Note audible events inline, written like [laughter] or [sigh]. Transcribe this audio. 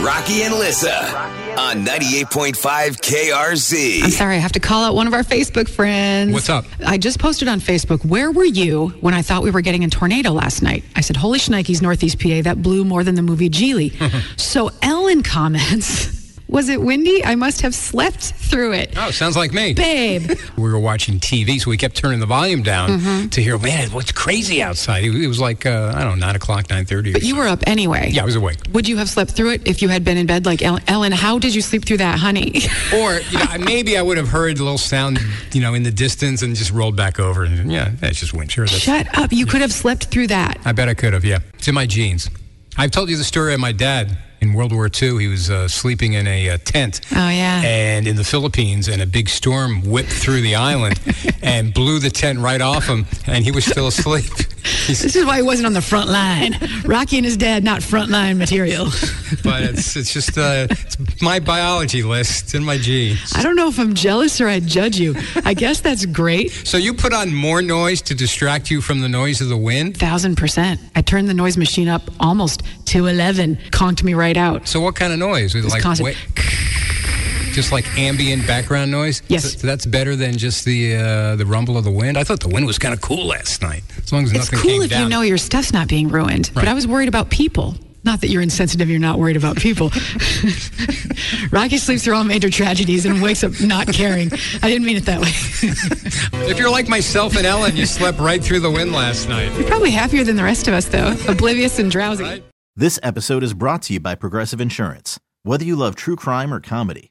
Rocky and Lissa on 98.5 KRZ. I'm sorry, I have to call out one of our Facebook friends. What's up? I just posted on Facebook, where were you when I thought we were getting a tornado last night? I said, holy shnikes, Northeast PA, that blew more than the movie [laughs] Geely. so Ellen comments, [laughs] was it windy? I must have slept through it. Oh, sounds like me. Babe, We were watching TV, so we kept turning the volume down Mm-hmm. to hear. Man, what's crazy outside? It, it was like uh, I don't know, nine o'clock, nine thirty. but you were up anyway. Yeah, I was awake. Would you have slept through it if you had been in bed like Ellen? Ellen how did you sleep through that, honey? Or you know, I- maybe I would have heard a little sound, you know, in the distance, and just rolled back over. And yeah, that's just wind. Sure, that's, [laughs] Shut up. You could have slept through that. I bet I could have. Yeah, it's in my genes. I've told you the story of my dad in World War II. He was uh, sleeping in a uh, tent. Oh, yeah. And in the Philippines, and a big storm whipped through [laughs] the island and blew the tent right off him, and he was still asleep. He's- This is why he wasn't on the front [laughs] line. Rocky and his dad, not front line material. but it's it's just uh, it's my biology list it's in my genes. I don't know if I'm jealous or I judge you. I guess that's great. So you put on more noise to distract you from the noise of the wind. Thousand percent. I turned the noise machine up almost to 11, conked me right out. So what kind of noise? Is it like constant- just like ambient background noise. Yes. So that's better than just the uh, the rumble of the wind. I thought the wind was kind of cool last night. As long as It's nothing cool came if down. you know your stuff's not being ruined, but Right. I was worried about people. Not that you're insensitive, you're not worried about people. [laughs] Rocky sleeps through all major tragedies and wakes up not caring. I didn't mean it that way. if you're like myself and Ellen, you slept right through the wind last night. You're probably happier than the rest of us, though, oblivious and drowsy. Right. This episode is brought to you by Progressive Insurance. Whether you love true crime or comedy,